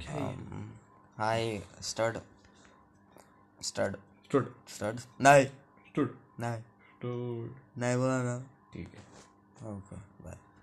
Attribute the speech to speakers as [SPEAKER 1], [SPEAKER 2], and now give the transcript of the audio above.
[SPEAKER 1] क्या है ये?
[SPEAKER 2] Um, hi stud stud
[SPEAKER 1] stud
[SPEAKER 2] stud नहीं
[SPEAKER 1] स्टूड
[SPEAKER 2] नहीं
[SPEAKER 1] स्टूड
[SPEAKER 2] नहीं बोला ना
[SPEAKER 1] ठीक है
[SPEAKER 2] ओके बाय